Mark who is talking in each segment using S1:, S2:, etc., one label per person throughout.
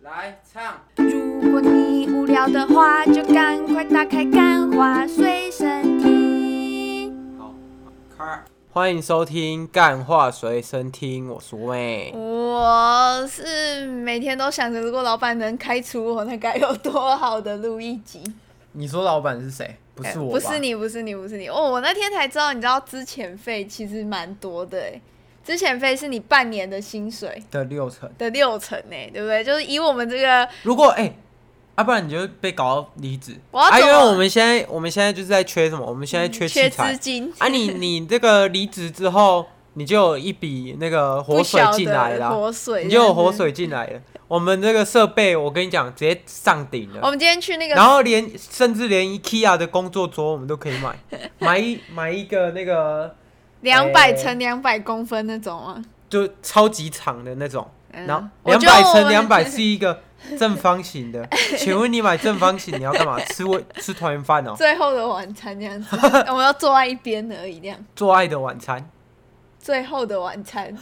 S1: 来唱，
S2: 如果你无聊的话，就赶快打开《干花随身听》。
S1: 好，开。
S3: 欢迎收听《干话随身听》，我是妹。
S4: 我是每天都想着，如果老板能开除我，那该有多好的录一集。
S3: 你说老板是谁？不是我、
S4: 呃不是。你，不是你，不是你。哦，我那天才知道，你知道资遣费其实蛮多的哎，资遣费是你半年的薪水
S3: 的六成。
S4: 的六成哎，对不对？就是以我们这个，
S3: 如果哎，啊，不然你就被搞到离职。
S4: 我要
S3: 啊，因
S4: 走
S3: 为
S4: 了
S3: 我们现在我们现在就是在缺什么？我们现在缺器
S4: 嗯缺资
S3: 材。
S4: 金
S3: 啊你，你这个离职之后，你就有一笔那个活
S4: 不
S3: 水
S4: 小
S3: 进
S4: 的
S3: 来了，
S4: 活水，
S3: 你就有活。水进来了。我们这个设备，我跟你讲，直接上顶了。
S4: 我们今天去那个，
S3: 然后连甚至连 IKEA 的工作桌我们都可以 买，买一买一个那个
S4: 两百
S3: 哎
S4: 乘两百公分那种啊。
S3: 就超级长的那种，
S4: 嗯
S3: 然后
S4: 我
S3: 两
S4: 觉得
S3: 百
S4: 我
S3: 乘
S4: 们
S3: 两百是一个正方形的。请问你买正方形你要干嘛？吃我吃团圆饭哦，
S4: 最后的晚餐这样 子，我们要坐在一边而已，这样。
S3: 做爱的晚餐。
S4: 最后的晚餐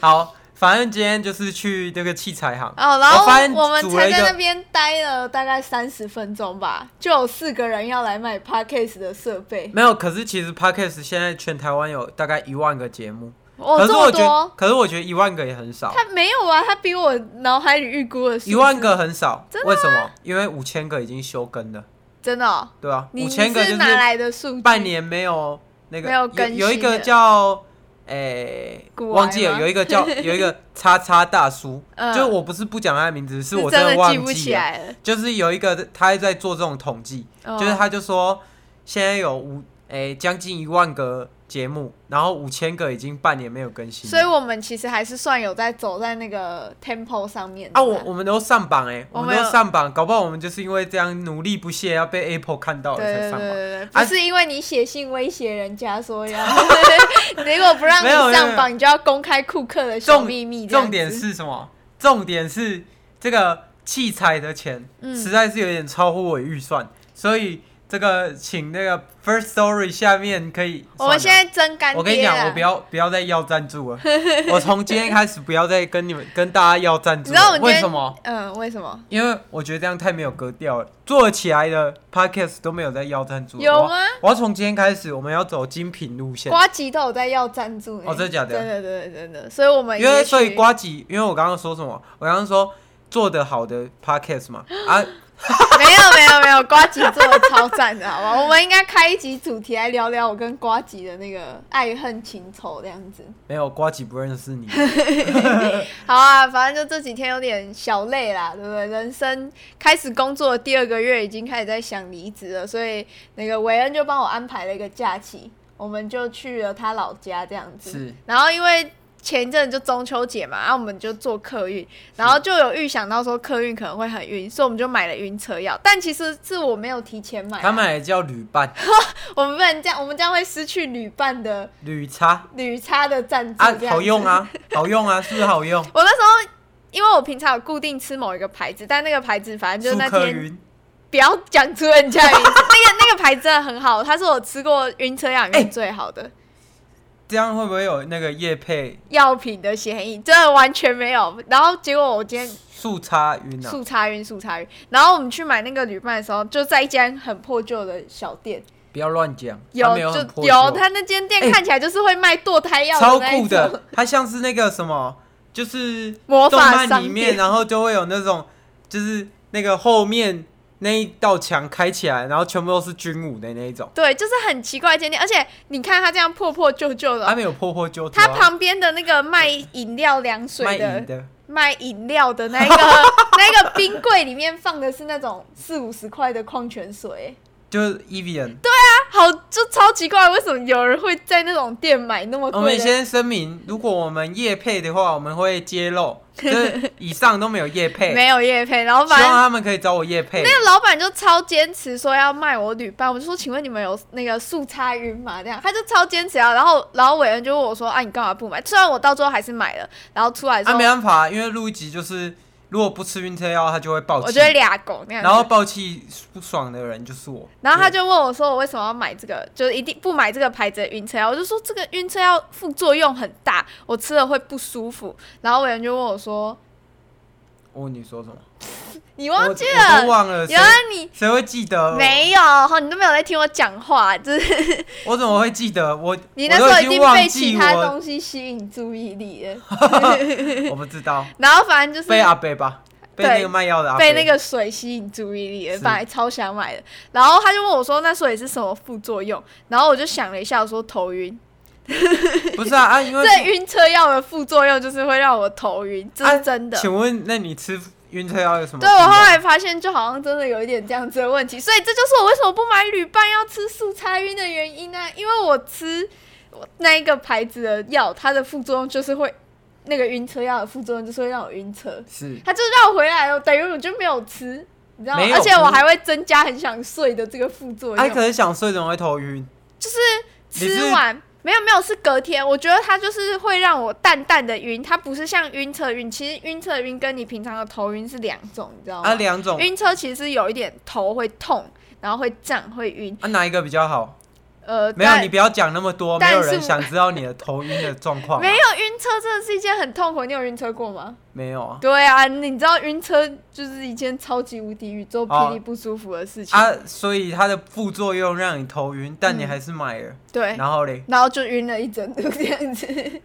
S3: 好，反正今天就是去那个器材行，
S4: 哦，然后
S3: 我发现
S4: 我们
S3: 组了
S4: 才
S3: 一
S4: 在
S3: 个
S4: 那边待了大概三十分钟吧，就有四个人要来买 Parkes 的设备，
S3: 没有。可是其实 Podcast 现在全台湾有大概一万个节目，
S4: 哦，
S3: 可
S4: 这
S3: 是我
S4: 么
S3: 觉得
S4: 多，，
S3: 可是我觉得一万个也很少。
S4: 他没有啊，他比我脑海里预估的数字
S3: 一万个很少，为什么？因为五千个已经休更了，
S4: 真的哦、
S3: 对吧、
S4: 你
S3: 五
S4: 你
S3: 千个就是
S4: 哪来的数据？
S3: 半年没有那个
S4: 没有更新
S3: 有有一个
S4: 了
S3: 叫诶、
S4: 古
S3: 忘记
S4: 玩
S3: 了，
S4: 吗
S3: 有一个 叫有一个叉叉大叔，
S4: 嗯
S3: 就是我不是不讲他的名字，是
S4: 是
S3: 我
S4: 真
S3: 的
S4: 的
S3: 忘
S4: 记不
S3: 记
S4: 起
S3: 了。嗯
S4: 来了，
S3: 就是有一个他在做这种统计，
S4: 哦
S3: 就是他就说现在有五诶将近一万个节目，然后五千个已经半年没有更新了，
S4: 所以我们其实还是算有在走在那个 tempo 上面的
S3: 啊，
S4: 啦
S3: 我我们都上榜哎、我
S4: 我
S3: 们
S4: 们
S3: 都
S4: 有
S3: 上榜，搞不好我们就是因为这样努力不懈，要被 Apple 看到了
S4: 对
S3: 才
S4: 对对
S3: 上榜。
S4: 对，对
S3: 啊
S4: 不是因为你写信威胁人家 说要，结果不让
S3: 没有
S4: 你
S3: 没
S4: 上
S3: 有
S4: 榜，你就要公开库克的小秘密。
S3: 重重点，是什么？重点是这个器材的钱、
S4: 嗯
S3: 实在是有点超乎我预算，所以这个请那个 First Story 下面可以。
S4: 我们现
S3: 算了
S4: 在真干爹啊
S3: 我跟你讲，
S4: 啦
S3: 我不要不要再要赞助 了，我从今天开始不要再跟你们跟大家要赞助
S4: 你知道我
S3: 了。
S4: 们今
S3: 为
S4: 天
S3: 什么？
S4: 嗯，为什么？
S3: 因为我觉得这样太没有格调了，做起来的 podcast 都没有在要赞助了。
S4: 有
S3: 我
S4: 吗？
S3: 我要从今天开始，我们要走精品路线，
S4: 瓜吉都有在要赞助呢、
S3: 哦真的假的
S4: 真的真的真的，所以我们
S3: 因为
S4: 也许
S3: 所以瓜吉，因为我刚刚说什么？我刚刚说做得好的 podcast 嘛，啊，
S4: 没有没有没有，瓜吉做的超赞的，好吧？我们应该开一集主题来聊聊我跟瓜吉的那个爱恨情仇这样子。
S3: 没有瓜吉不认识 你，
S4: 好啊，反正就这几天有点小累啦，对不对？人生开始工作的第二个月已经开始在想离职了，所以那个韦恩就帮我安排了一个假期，我们就去了他老家这样子。
S3: 是
S4: 然后因为前一阵就中秋节嘛，然、后我们就坐客运，然后就有预想到说客运可能会很晕，所以我们就买了晕车药。但其实是我没有提前买啊，
S3: 他们也叫旅伴、
S4: 我们不能这样，我们这样会失去旅伴的
S3: 旅差
S4: 旅差的赞助
S3: 啊
S4: 这，样
S3: 好
S4: 子
S3: 用啊，好用啊，是不是好用？
S4: 我那时候因为我平常有固定吃某一个牌子，但那个牌子反正
S3: 苏
S4: 就那
S3: 克
S4: 天
S3: 云，
S4: 不要讲出人家的 名字，那个那个牌子真的很好，它是我吃过晕车药里
S3: 哎
S4: 面最好的、
S3: 这样会不会有那个叶配
S4: 药品的嫌疑，真的完全没有。然后结果我今天
S3: 速差云啊？
S4: 速擦晕速擦晕，然后我们去买那个旅伴的时候，就在一间很破旧的小店，
S3: 不要乱讲，
S4: 有
S3: 它没有很
S4: 就
S3: 破旧
S4: 有，它那间
S3: 哎
S4: 店看起来就是会卖堕胎药
S3: 超
S4: 的那
S3: 酷
S4: 一种
S3: 的，它像是那个什么，就是
S4: 魔
S3: 动
S4: 法
S3: 漫
S4: 商
S3: 里
S4: 店
S3: 面，然后就会有那种，就是那个后面那一道墙开起来，然后全部都是军武的那一种，
S4: 对，就是很奇怪的间店，而且你看它这样破破旧旧的
S3: 它，没有破破旧旧
S4: 它
S3: 啊，
S4: 旁边的那个卖饮料凉
S3: 卖
S4: 水的
S3: 淫的，
S4: 卖饮料的那一 个那个冰柜里面放的是那种四五十块的矿泉水，
S3: 就是 Evian。
S4: 啊好就超奇怪，为什么有人会在那种店买那么
S3: 我们
S4: 贵的？
S3: 先声明，如果我们夜配的话，我们会揭 露，就是以上都没有夜配，
S4: 没有夜配，然后
S3: 希
S4: 反
S3: 望
S4: 正。
S3: 他们可以找我夜配。
S4: 那个老板就超坚持说要卖我旅伴，我就说请问你们有那个速差晕吗？这样他就超坚持啊，然后然后伟恩就问我说啊你干嘛不买？虽然我到最后还是买了，然后出来之
S3: 啊，
S4: 后、
S3: 没办法，因为录一集就是，如果不吃晕车药，他就会爆
S4: 我
S3: 气
S4: 就，会俩狗那样子，
S3: 然后爆气不爽的人就是我。
S4: 然后他
S3: 对
S4: 就问我说：“我为什么要买这个？就是一定不买这个牌子的晕车药？”我就说：“这个晕车药副作用很大，我吃了会不舒服。”然后伟人就问我说：“
S3: 我问你说什么？
S4: 你
S3: 我
S4: 忘记
S3: 我都
S4: 了？
S3: 忘了，谁
S4: 原来你
S3: 谁会记得？，
S4: 没有哈，你都没有在听我讲话，就是
S3: 我怎么会记得？我
S4: 你那时候
S3: 我都
S4: 已
S3: 已经
S4: 经
S3: 忘
S4: 被
S3: 记
S4: 其他
S3: 我
S4: 东西吸引注意力了。
S3: 我不知道，
S4: 然后反正就是
S3: 被阿北吧，被
S4: 对
S3: 那个卖药的阿
S4: 被
S3: 北，
S4: 那个水吸引注意力了，
S3: 是
S4: 本来超想买的。然后他就问我说：“那所以是什么副作用？”然后我就想了一下，我说：“头晕。
S3: 不是啊啊，因为
S4: 这晕车药的副作用就是会让我头晕，这
S3: 啊
S4: 是真的。
S3: 请问，那你吃晕车药有什么不
S4: 对
S3: 一样？
S4: 我后来发现，就好像真的有一点这样子的问题，所以这就是我为什么不买铝棒要吃素擦晕的原因呢、啊因为我吃我那一个牌子的药，它的副作用就是会那个晕车药的副作用就是会让我晕车，
S3: 是
S4: 它就让我回来了，等于我就没有吃，你知道吗
S3: 没？有
S4: 而且我还会增加很想睡的这个副作
S3: 哎，
S4: 用
S3: 可。是想睡怎么会头晕？你
S4: 吃
S3: 是
S4: 完没有没有是隔天，我觉得它就是会让我淡淡的晕，它不是像晕车晕，其实晕车晕跟你平常的头晕是两种，你知道吗？
S3: 啊，两种
S4: 哦晕车其实有一点头会痛，然后会胀，会晕。
S3: 啊，哪一个比较好？
S4: 呃，
S3: 没有，
S4: 但
S3: 你不要讲那么多，没
S4: 但
S3: 有
S4: 是
S3: 人
S4: 我
S3: 想知道你的头晕的状况啊。
S4: 没有晕车真的是一件很痛苦。你有晕车过吗？
S3: 没有啊
S4: 对啊，你知道晕车就是一件超级无敌宇宙霹雳
S3: 哦
S4: 不舒服的事情。
S3: 啊，所以它的副作用让你头晕，但你还是买了，
S4: 嗯对，
S3: 然后嘞，
S4: 然后就晕了一整 路这样子。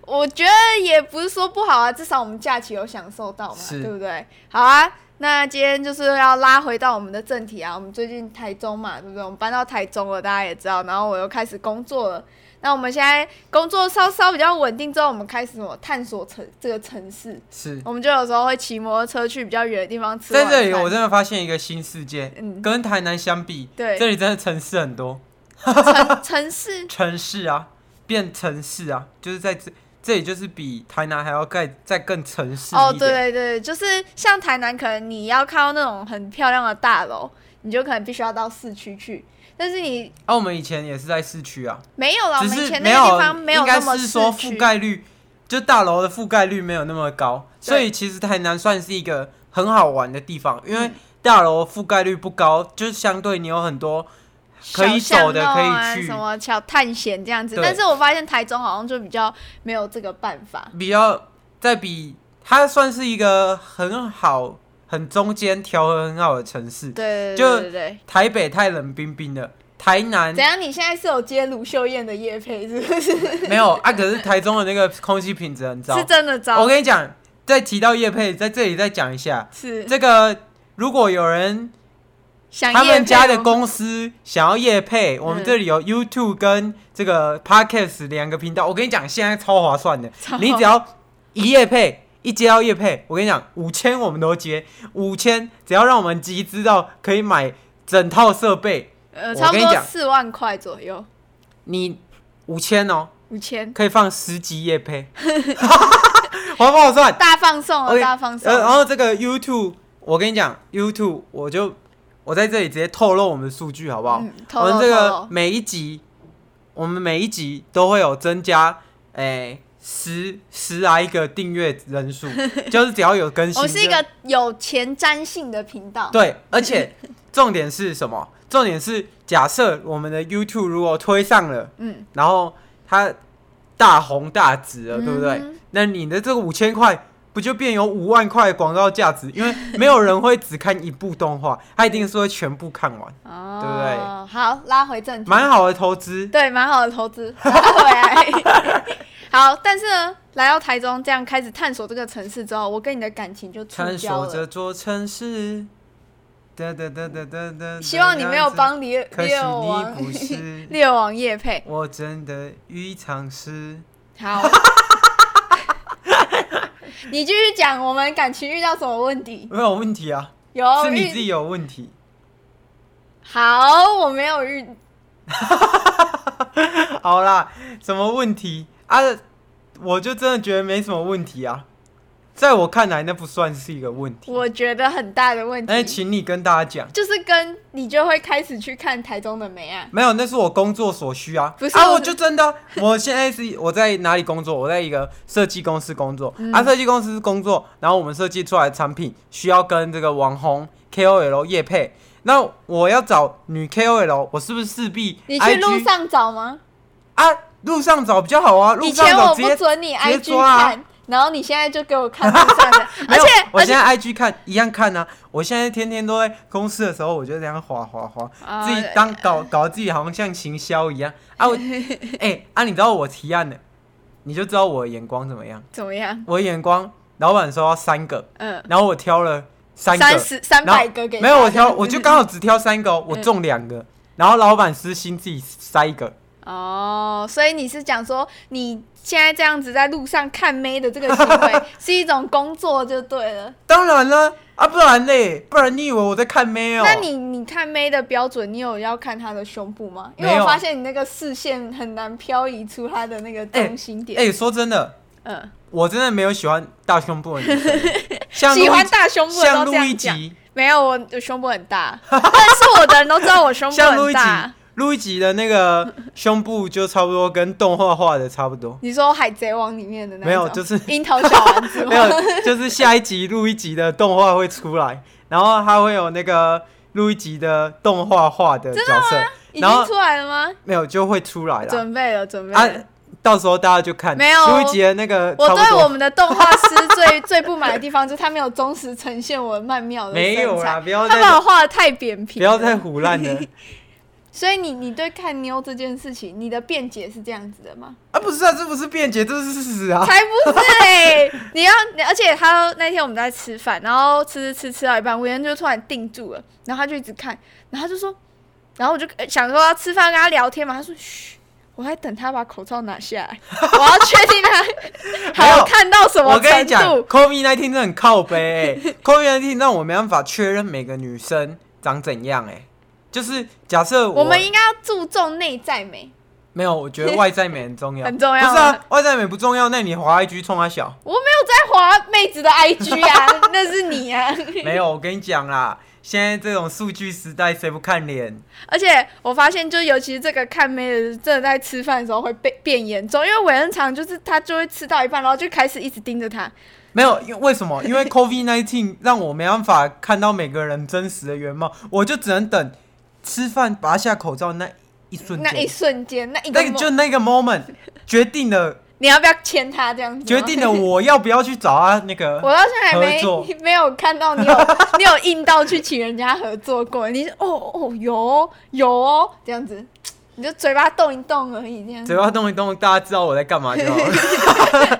S4: 我觉得也不是说不好啊，至少我们假期有享受到嘛，
S3: 是
S4: 对不对？好啊，那今天就是要拉回到我们的正题啊。我们最近台中嘛，对不对？我们搬到台中了，大家也知道。然后我又开始工作了。那我们现在工作稍稍比较稳定之后，我们开始什么探索城这个城市。
S3: 是
S4: 我们就有时候会骑摩托车去比较远的地方吃晚
S3: 在
S4: 餐。
S3: 这里我真的发现一个新世界，
S4: 嗯
S3: 跟台南相比，
S4: 对
S3: 这里真的城市很多，
S4: 城城市
S3: 城市啊，变城市啊，就是在这这里就是比台南还要再再更城市
S4: 哦，
S3: 一
S4: 对
S3: 点，
S4: 对对，就是像台南，可能你要看到那种很漂亮的大楼，你就可能必须要到市区去。但是你
S3: 啊，我们以前也是在市区啊，
S4: 没有了，我
S3: 只
S4: 们以
S3: 是
S4: 前
S3: 没
S4: 那个地方没有
S3: 应该
S4: 那么
S3: 是
S4: 市
S3: 说
S4: 区
S3: 覆盖率，就大楼的覆盖率没有那么高，
S4: 对
S3: 所以其实台南算是一个很好玩的地方，因为
S4: 嗯
S3: 大楼覆盖率不高，就是相对你有很多可以
S4: 小巷
S3: 走的
S4: 弄
S3: 可以
S4: 啊
S3: 去
S4: 什么小探险这样子。
S3: 对
S4: 但是我发现台中好像就比较没有这个办法。
S3: 比较在比它算是一个很好、很中间调和很好的城市。
S4: 对对
S3: 就嗯
S4: 对对对。
S3: 台北太冷冰冰了，台南
S4: 怎样？你现在是有接卢秀燕的夜配是不 是？
S3: 没有啊，可是台中的那个空气品质很糟
S4: 是。真的
S3: 我
S4: 糟，
S3: 跟你讲，再提到叶配，在这里再讲一下，
S4: 是
S3: 这个如果有人
S4: 想
S3: 他
S4: 夜
S3: 们
S4: 配哦
S3: 家的
S4: 我
S3: 公司想要业配，我们这里有 YouTube 跟这个 Podcast 两个频道。我跟你讲，现在超划算的
S4: 超，
S3: 你只要一业配。一接到业配，我跟你讲，五千我们都接，五千只要让我们集资到可以买整套设备，
S4: 呃
S3: 我
S4: 差不
S3: 跟你
S4: 多
S3: 讲
S4: 四万块左右，
S3: 你五千哦，
S4: 五千，
S3: 可以放十集业配，划不划算？
S4: 大放送哦，
S3: OK，
S4: 大放送
S3: 呃，然后这个 YouTube，我跟你讲，YouTube，我就我在这里直接透露我们的数据好不好？
S4: 嗯透
S3: 我
S4: 露
S3: 们这
S4: 透露
S3: 个每一集，我们每一集都会有增加，哎、十十来个订阅人 数，就是只要有更新，
S4: 我是一
S3: 就
S4: 个有前瞻性的频道。
S3: 对，而且重点是什么？重点是假设我们的 YouTube 如果推上了，
S4: 嗯，
S3: 然后它大红大紫了，对不对
S4: 嗯？
S3: 那你的这个五千块不就变有五万块的广告价值？因为没有人会只看一部动 画，他一定是会全部看完，
S4: 哦，
S3: 对不对？
S4: 好，拉回正题，
S3: 蛮好的投资。
S4: 对，蛮好的投资，拉回来。 好，但是呢，来到台中这样开始探索这个城市之后，我跟你的感情就触
S3: 探
S4: 礁
S3: 索这
S4: 了。
S3: 座城市，哒哒哒哒哒哒。
S4: 希望你没有帮猎
S3: 可惜
S4: 猎
S3: 你
S4: 王
S3: 不是，
S4: 猎王叶配。
S3: 我真的一场诗。
S4: 好， 你继续讲我们感情遇到什么问题？
S3: 没有问题啊，
S4: 有
S3: 是你自
S4: 遇
S3: 己有问题。
S4: 好，我没有遇
S3: 好啦，什么问题啊？我就真的觉得没什么问题啊，在我看来那不算是一个问题。
S4: 我觉得很大的问
S3: 但是
S4: 题，
S3: 请你跟大家讲，
S4: 就是跟你就会开始去看台中的美啊。
S3: 没有，那是我工作所需啊。
S4: 不是
S3: 啊，
S4: 我
S3: 我就真的，我现在是我在哪里工作？我在一个设计公司工作。
S4: 嗯
S3: 啊，设计公司工作，然后我们设计出来的产品需要跟这个网红 KOL 业配。那我要找女 KOL，我是不是势必
S4: 你去路
S3: IG
S4: 上找吗？
S3: 啊？路上找比较好啊，路
S4: 以
S3: 上
S4: 前
S3: 找
S4: 我
S3: 直
S4: 不
S3: 接
S4: 准你
S3: 直接
S4: IG
S3: 抓啊
S4: 看，然后你现在就给我看路上的，
S3: 没
S4: 而
S3: 有
S4: 且
S3: 我
S4: 而
S3: 现
S4: 且
S3: 在 IG 看一样看啊，我现在天天都在公司的时候，我就这样滑滑滑，
S4: 啊
S3: 自己当搞搞自己好像像行销一样 啊我哎、啊，你知道我提案的，你就知道我的眼光怎么样。
S4: 怎么样？
S3: 我的眼光，老板说要三个，
S4: 嗯，
S3: 然后我挑了三个，
S4: 三十三
S3: 然后
S4: 百个给
S3: 没有
S4: 他
S3: 我
S4: 这样嗯
S3: 挑，我就刚好只挑三个、哦，我中两个，然后老板私心自己塞一个，
S4: 哦，所以你是讲说你现在这样子在路上看妹的这个行 为是一种工作就对了。
S3: 当然了啊，不然嘞，不然你以为我在看妹哦？
S4: 那你你看妹的标准，你有要看她的胸部吗？因
S3: 没
S4: 为
S3: 有
S4: 我发现你那个视线很难漂移出她的那个中心点。
S3: 哎、说真的，
S4: 嗯，
S3: 我真的没有喜欢大胸部的女 生，像
S4: 喜欢
S3: 陆一
S4: 大胸部的
S3: 像
S4: 都
S3: 陆
S4: 这样
S3: 一
S4: 讲。
S3: 吉，
S4: 没有，我我胸部很大，认识我的人都知道我胸部
S3: 像陆
S4: 很
S3: 一吉
S4: 大。，
S3: 陆一吉的那个胸部就差不多跟动画画的差不多，
S4: 你说《海贼王》里面的那
S3: 没有
S4: 种
S3: 就是
S4: 樱桃小丸子吗？
S3: 没有，就是下一集陆一吉的动画会出来，然后它会有那个陆一吉的动画画的角色，
S4: 已
S3: 然后
S4: 经出来了吗？
S3: 没有就会出来了
S4: 准备了，准备
S3: 啊
S4: 了。，
S3: 到时候大家就看
S4: 没有
S3: 陆一吉的那个
S4: 我
S3: 差不
S4: 对我
S3: 多。
S4: 们的动画师最 最不满的地方就是他没有忠实呈现我曼妙的
S3: 没有
S4: 身
S3: 啦，
S4: 材，
S3: 不要
S4: 他把
S3: 再
S4: 我画的太扁平，
S3: 不要再。胡乱 了
S4: 所以你你对看妞这件事情，你的辩解是这样子的吗？
S3: 啊！不是啊，这不是辩解，这是事实啊。
S4: 才不是嘞、你要，你而且他那天我们在吃饭，然后吃吃吃吃到一半，吴言就突然定住了，然后他就一直看，然后他就说，然后我就呃想说要吃饭跟他聊天嘛，他说嘘。我在等他把口罩拿下来，我要确定他
S3: 没
S4: 还
S3: 有
S4: 有看到什么
S3: 我跟你
S4: 程
S3: 讲
S4: 度。
S3: ，COVID 1 9真的很靠背、欸、，COVID 1 9让我没办法确认每个女生长怎样哎、就是假设
S4: 我们应该要注重内在美。
S3: 没有，我觉得外在美很重要，
S4: 很重要
S3: 不是啊，外在美不重要，那你滑 IG 冲她
S4: ，
S3: 小
S4: 我没有在滑妹子的 IG 啊，那是你啊。
S3: 没有，我跟你讲啦，现在这种数据时代，谁不看脸？
S4: 而且我发现，就尤其是这个看妹的，真的在吃饭的时候会被变严重，因为韦恩常就是他就会吃到一半，然后就开始一直盯着他。
S3: 没有，因为为什么？因为 COVID 1 9让我没办法看到每个人真实的原貌，我就只能等吃饭拔下口罩那一瞬
S4: 那一
S3: 间，
S4: 瞬间，那一个
S3: 那个
S4: mo-
S3: 就那个 moment 决定了。
S4: 你要不要牵他这样 子？
S3: 决定。了我要不要去找他那个
S4: 我到现在还
S3: 合作
S4: 没没有看到 你有你有硬到去请人家合作过，你是哦哦有哦有哦这样子，你就嘴巴动一动而已这样子
S3: 嘴。巴动一动，大家知道我在干嘛就好了。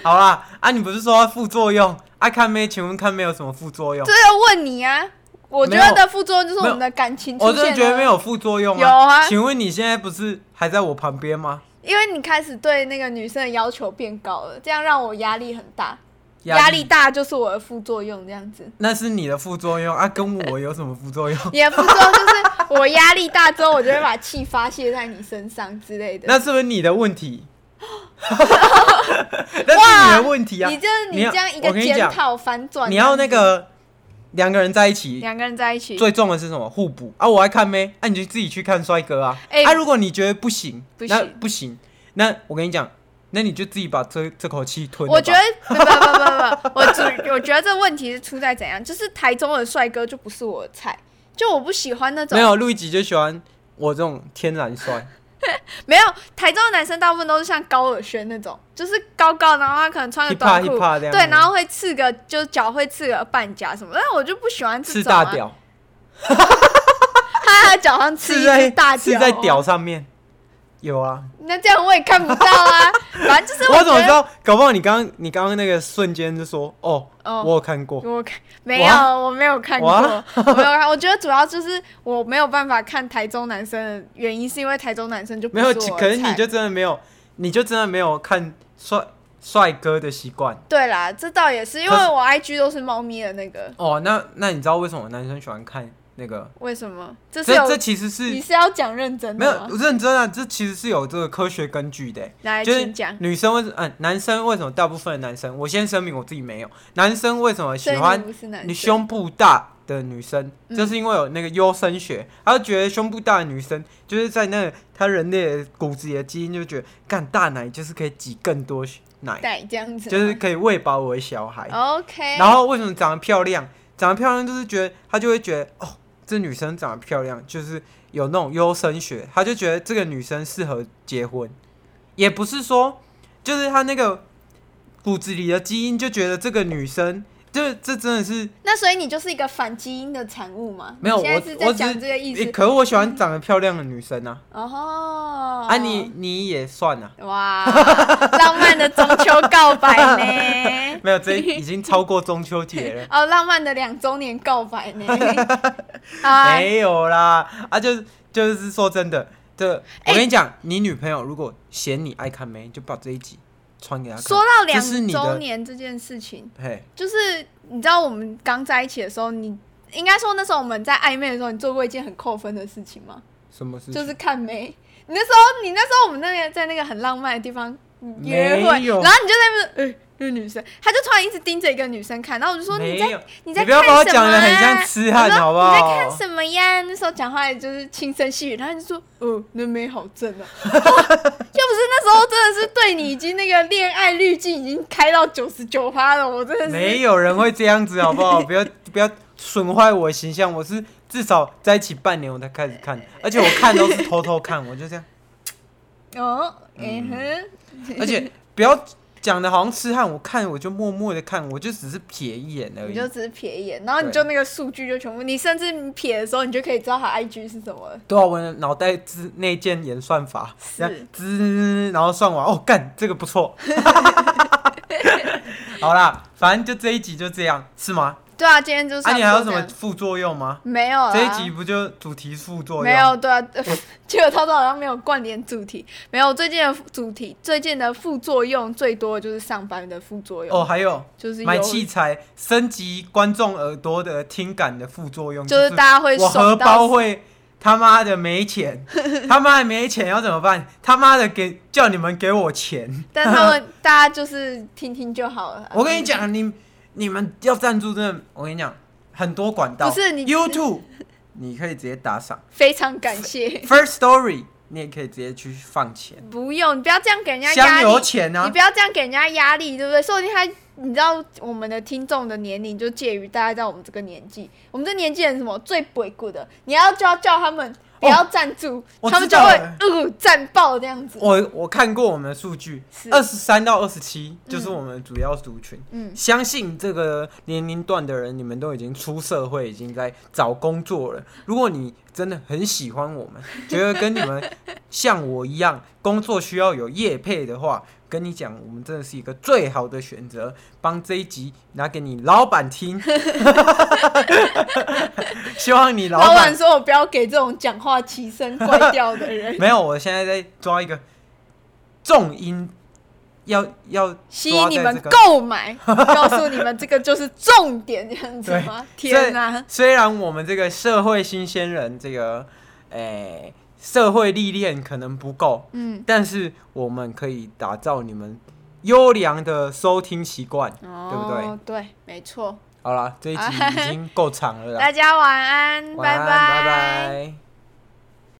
S3: 好啦，啊，你不是说副作用？啊，看妹，请问看妹有什么副作用
S4: 这？要问你啊，我觉
S3: 没有
S4: 得的副作用就是我们的感情出
S3: 我
S4: 现了。啊
S3: 真的觉得没有副作用啊。
S4: 有啊
S3: 请问你现在不是还在我旁边吗？
S4: 因为你开始对那个女生的要求变高了，这样让我压力很大，
S3: 压
S4: 压力大就是我的副作用，这样子。
S3: 那是你的副作用啊，跟我有什么副 作用？
S4: 你的副作用就是我压力大之后，我就会把气发泄在你身上之类的。
S3: 那是不是你的问 题？ 那是你的问题啊！
S4: 你这
S3: 你
S4: 你
S3: 要
S4: 这样一
S3: 我
S4: 个
S3: 跟你
S4: 检
S3: 讲
S4: 讨反转，
S3: 你要
S4: 这
S3: 那
S4: 样子
S3: 个两个人在一起，
S4: 两个人在一起，
S3: 最重的是什么？互补啊！我爱看妹，啊，你就自己去看帅哥啊！
S4: 哎
S3: 啊，如果你觉得不行，
S4: 不
S3: 那
S4: 行
S3: 不行，那我跟你讲，那你就自己把这这口气吞了吧。
S4: 我觉得不不不不不，我主 我觉得这问题是出在怎样，就是台中的帅哥就不是我的菜，就我不喜欢那种啊
S3: 没有陆一吉就喜欢我这种天然 帅，
S4: 没有，台中的男生大部分都是像高尔宣那种，就是高高，然后他可能穿个短裤
S3: hiphop，hiphop 这样
S4: 对，然后会刺个，就脚会刺个半甲什么，但我就不喜欢
S3: 刺
S4: 这种、啊。
S3: 大，屌，
S4: 他在脚上刺一
S3: 刺
S4: 只
S3: 在
S4: 大
S3: 刺
S4: 屌，啊
S3: 在屌。上面，有啊。
S4: 那这样我也看不到 啊，反正就是
S3: 我怎
S4: 觉
S3: 么知
S4: 得
S3: 道？搞不好你刚刚你刚刚那个瞬间就说哦，
S4: 哦
S3: 我有看过。
S4: 我看没有，我没有看过，我
S3: 哇
S4: 没有看。我觉得主要就是我没有办法看台中男生的原因，是因为台中男生就不
S3: 没有，
S4: 是我的
S3: 可能
S4: 菜
S3: 你就真的没有，你就真的没有看帅帅哥的习惯
S4: 对啦，这倒也是，因为
S3: 可是
S4: 我 IG 都是猫咪的那个，
S3: 哦。那那你知道为什么男生喜欢看那个？
S4: 为什么？这是
S3: 这
S4: 有
S3: 这其实
S4: 你
S3: 是
S4: 是要讲认真
S3: 没
S4: 的吗
S3: 有？认真啊，这其实是有这个科学根据的欸、
S4: 来，
S3: 就
S4: 请
S3: 是
S4: 讲。
S3: 女生为什嗯，男生为什么大部分的男生，我先声明我自己没有，男生为什么喜
S4: 所以
S3: 欢
S4: 你不是男嗯
S3: 你
S4: 生
S3: 胸部大的女生，就是因为有那个优生学，他就觉得胸部大的女生就是在那个他人类的骨子里的基因就觉得，干大奶就是可以挤更多奶，
S4: 带这样子吗，
S3: 就是可以喂饱我的小孩。
S4: OK。
S3: 然后为什么长得漂亮？长得漂亮就是觉得他就会觉得哦，这女生长得漂亮，就是有那种优生学，他就觉得这个女生适合结婚。也不是说，就是他那个骨子里的基因就觉得这个女生，这这真的是
S4: 那所以你就是一个反基因的产物嘛？
S3: 没有
S4: 你
S3: 我
S4: 现在是
S3: 我
S4: 在
S3: 只
S4: 讲这个意
S3: 诶
S4: 思。
S3: 可是我喜欢长得漂亮的女生啊，
S4: 哦，
S3: 啊你你也算啊，
S4: 哇，浪漫的中秋告白 呢？。
S3: 没有，这已经超过中秋节了
S4: 哦，浪漫的两周年告白 呢？好啊，
S3: 没有啦，啊，就是就是说真的，这
S4: 哎
S3: 我跟你讲，你女朋友如果嫌你爱看妹，就把这一集传给她看。
S4: 说到
S3: 这是
S4: 两
S3: 你的
S4: 周，年这件事情，
S3: 嘿，
S4: 就是你知道我们刚在一起的时候，你应该说那时候我们在暧昧的时候，你做过一件很扣分的事情吗？
S3: 什么事情？
S4: 就是看妹。你那时候，你那时候我们那个在那个很浪漫的地方约会，
S3: 没有
S4: 然后你就在那边，呃，那个女生，她就突然一直盯着一个女生看，然后我就说
S3: 没
S4: 你
S3: 有
S4: 在你在
S3: 你不要
S4: 看
S3: 把
S4: 什么、啊？
S3: 我讲得很像痴汉
S4: 我说
S3: 好不好
S4: 你在看什么呀？那时候讲话也就是轻声细语，然后你就说，哦，那妹好正 啊，哇要不是那时候真的是对你已经那个恋爱滤镜已经开到九十九趴了，我真的是
S3: 没有人会这样子，好不 好？不要不要损坏我的形象。我是至少在一起半年我才开始看，而且我看都是偷偷看，我就这 样。
S4: 哦，嗯哼，
S3: 而且不要讲的好像痴汉，我看我就默默的看，我就只是瞥一眼而
S4: 你
S3: 已。
S4: 就只是瞥一眼，然后你就那个数据就全部，你甚至瞥的时候，你就可以知道他 IG 是什么了。
S3: 对啊，我的脑袋之内建演算法，
S4: 是
S3: 然后滋，然后算完，哦，干，这个不 错。好啦，反正就这一集就这样，是吗？
S4: 对啊，今天就是。
S3: 啊，你还有什么？副作用吗？
S4: 没有啦
S3: 这一集不就主题副作用？
S4: 啊没有，对啊， 呃结果他都好像没有关联主题。没有，最近的主题，最近的副作用最多的就是上班的副作用，
S3: 哦，还有
S4: 就是
S3: 买
S4: 有
S3: 器材升级观众耳朵的听感的副作用，
S4: 就是大家会
S3: 我
S4: 爽
S3: 荷包
S4: 到死。
S3: 会他妈的没 钱，他妈的没钱要怎么办？他妈的给叫你们给我钱！
S4: 但他 们大家就是听听就好了。
S3: 我跟你讲，
S4: 嗯
S3: 你你们要赞助真的，我跟你讲，很多管道，
S4: 不是你
S3: YouTube，你可以直接打赏
S4: 非常感谢。
S3: ，First Story 你也可以直接去放钱，
S4: 不用，你不要这样给人家压
S3: 香
S4: 力。
S3: 油钱啊
S4: 你不，要这样给人家压力，对不对？说不定他，你知道我们的听众的年龄就介于大概在我们这个年纪，我们这年纪人什么最鬼谷的，你要就要叫他们不要赞助，
S3: 哦我
S4: 他们
S3: 知
S4: 就
S3: 道
S4: 会
S3: 了
S4: 呃战爆这样子。
S3: 我我看过我们的数据
S4: 是，
S3: 二十三到二十七就是我们的主要族群。
S4: 嗯，
S3: 相信这个年龄段的人，你们都已经出社会，已经在找工作了。如果你真的很喜欢我 们，觉得跟你们像我一样，工作需要有业配的话，跟你讲，我们真的是一个最好的选择。帮这一集拿给你老板 听，希望你老
S4: 老板
S3: 板
S4: 说我不要给这种讲话齐声怪调的人
S3: 没有。我现在在抓一个重音，要要
S4: 吸
S3: 抓
S4: 引你
S3: 在
S4: 们
S3: 这个
S4: 购 买，告诉你们这个就是重点这样子吗？
S3: 对
S4: 天哪！
S3: 虽然我们这个社会新鲜人，这个诶、社会历练可能不够，
S4: 嗯，
S3: 但是我们可以打造你们优良的收听习惯。
S4: 哦，对对，没错。 哎
S3: 好啦，这一集已经够长了啦，
S4: 大家晚安，
S3: 晚安，拜
S4: 拜
S3: 拜